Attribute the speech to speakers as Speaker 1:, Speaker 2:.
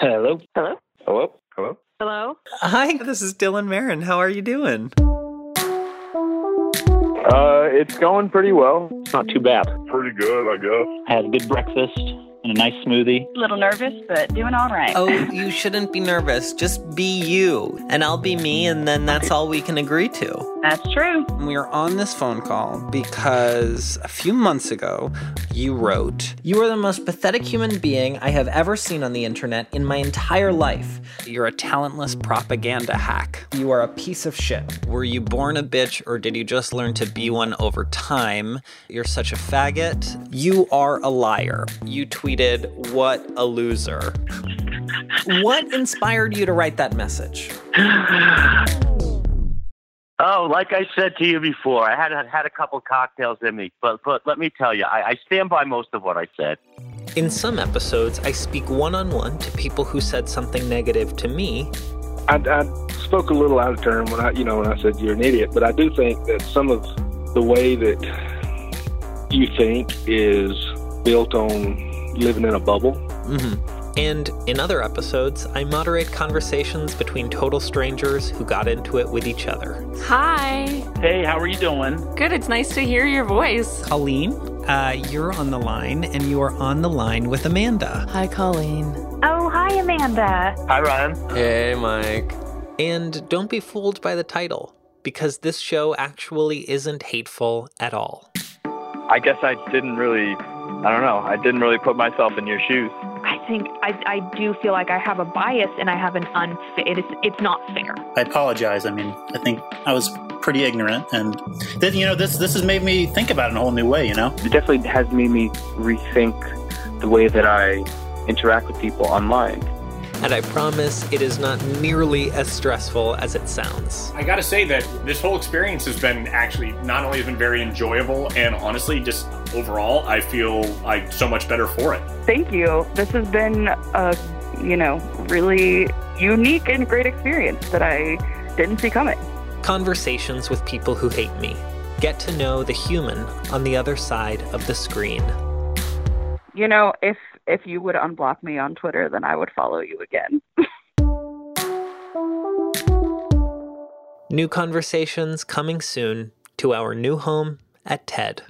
Speaker 1: Hello.
Speaker 2: Hello?
Speaker 1: Hello. Hello.
Speaker 2: Hello?
Speaker 3: Hi, this is Dylan Marin. How are you doing?
Speaker 1: Uh, it's going pretty well. It's not too bad.
Speaker 4: Pretty good, I guess.
Speaker 1: I had a good breakfast and a nice smoothie.
Speaker 2: A little nervous, but doing all right.
Speaker 3: Oh, you shouldn't be nervous. Just be you, and I'll be me, and then that's all we can agree to.
Speaker 2: That's true.
Speaker 5: We are on this phone call because a few months ago you wrote,
Speaker 3: You are the most pathetic human being I have ever seen on the internet in my entire life.
Speaker 5: You're a talentless propaganda hack.
Speaker 3: You are a piece of shit. Were you born a bitch, or did you just learn to be one over time? You're such a faggot. You are a liar. You tweeted, What a loser. what inspired you to write that message?
Speaker 6: Oh, like I said to you before, I had had a couple cocktails in me, but but let me tell you, I, I stand by most of what I said.
Speaker 3: In some episodes, I speak one on one to people who said something negative to me.
Speaker 7: I, I spoke a little out of turn when I, you know, when I said you're an idiot. But I do think that some of the way that you think is built on living in a bubble.
Speaker 3: And in other episodes, I moderate conversations between total strangers who got into it with each other.
Speaker 8: Hi.
Speaker 9: Hey, how are you doing?
Speaker 8: Good. It's nice to hear your voice.
Speaker 3: Colleen, uh, you're on the line, and you are on the line with Amanda.
Speaker 8: Hi, Colleen.
Speaker 2: Oh, hi, Amanda.
Speaker 6: Hi, Ryan.
Speaker 10: Hey, Mike.
Speaker 3: And don't be fooled by the title, because this show actually isn't hateful at all.
Speaker 9: I guess I didn't really, I don't know, I didn't really put myself in your shoes.
Speaker 2: I think I, I do feel like I have a bias and I have an unfair. It's, it's not fair.
Speaker 11: I apologize. I mean, I think I was pretty ignorant, and th- you know, this this has made me think about it in a whole new way. You know,
Speaker 12: it definitely has made me rethink the way that I interact with people online.
Speaker 3: And I promise it is not nearly as stressful as it sounds.
Speaker 13: I gotta say that this whole experience has been actually not only has been very enjoyable and honestly just overall I feel like so much better for it.
Speaker 14: Thank you. This has been a, you know, really unique and great experience that I didn't see coming.
Speaker 3: Conversations with people who hate me. Get to know the human on the other side of the screen.
Speaker 14: You know, if if you would unblock me on Twitter, then I would follow you again.
Speaker 3: New conversations coming soon to our new home at TED.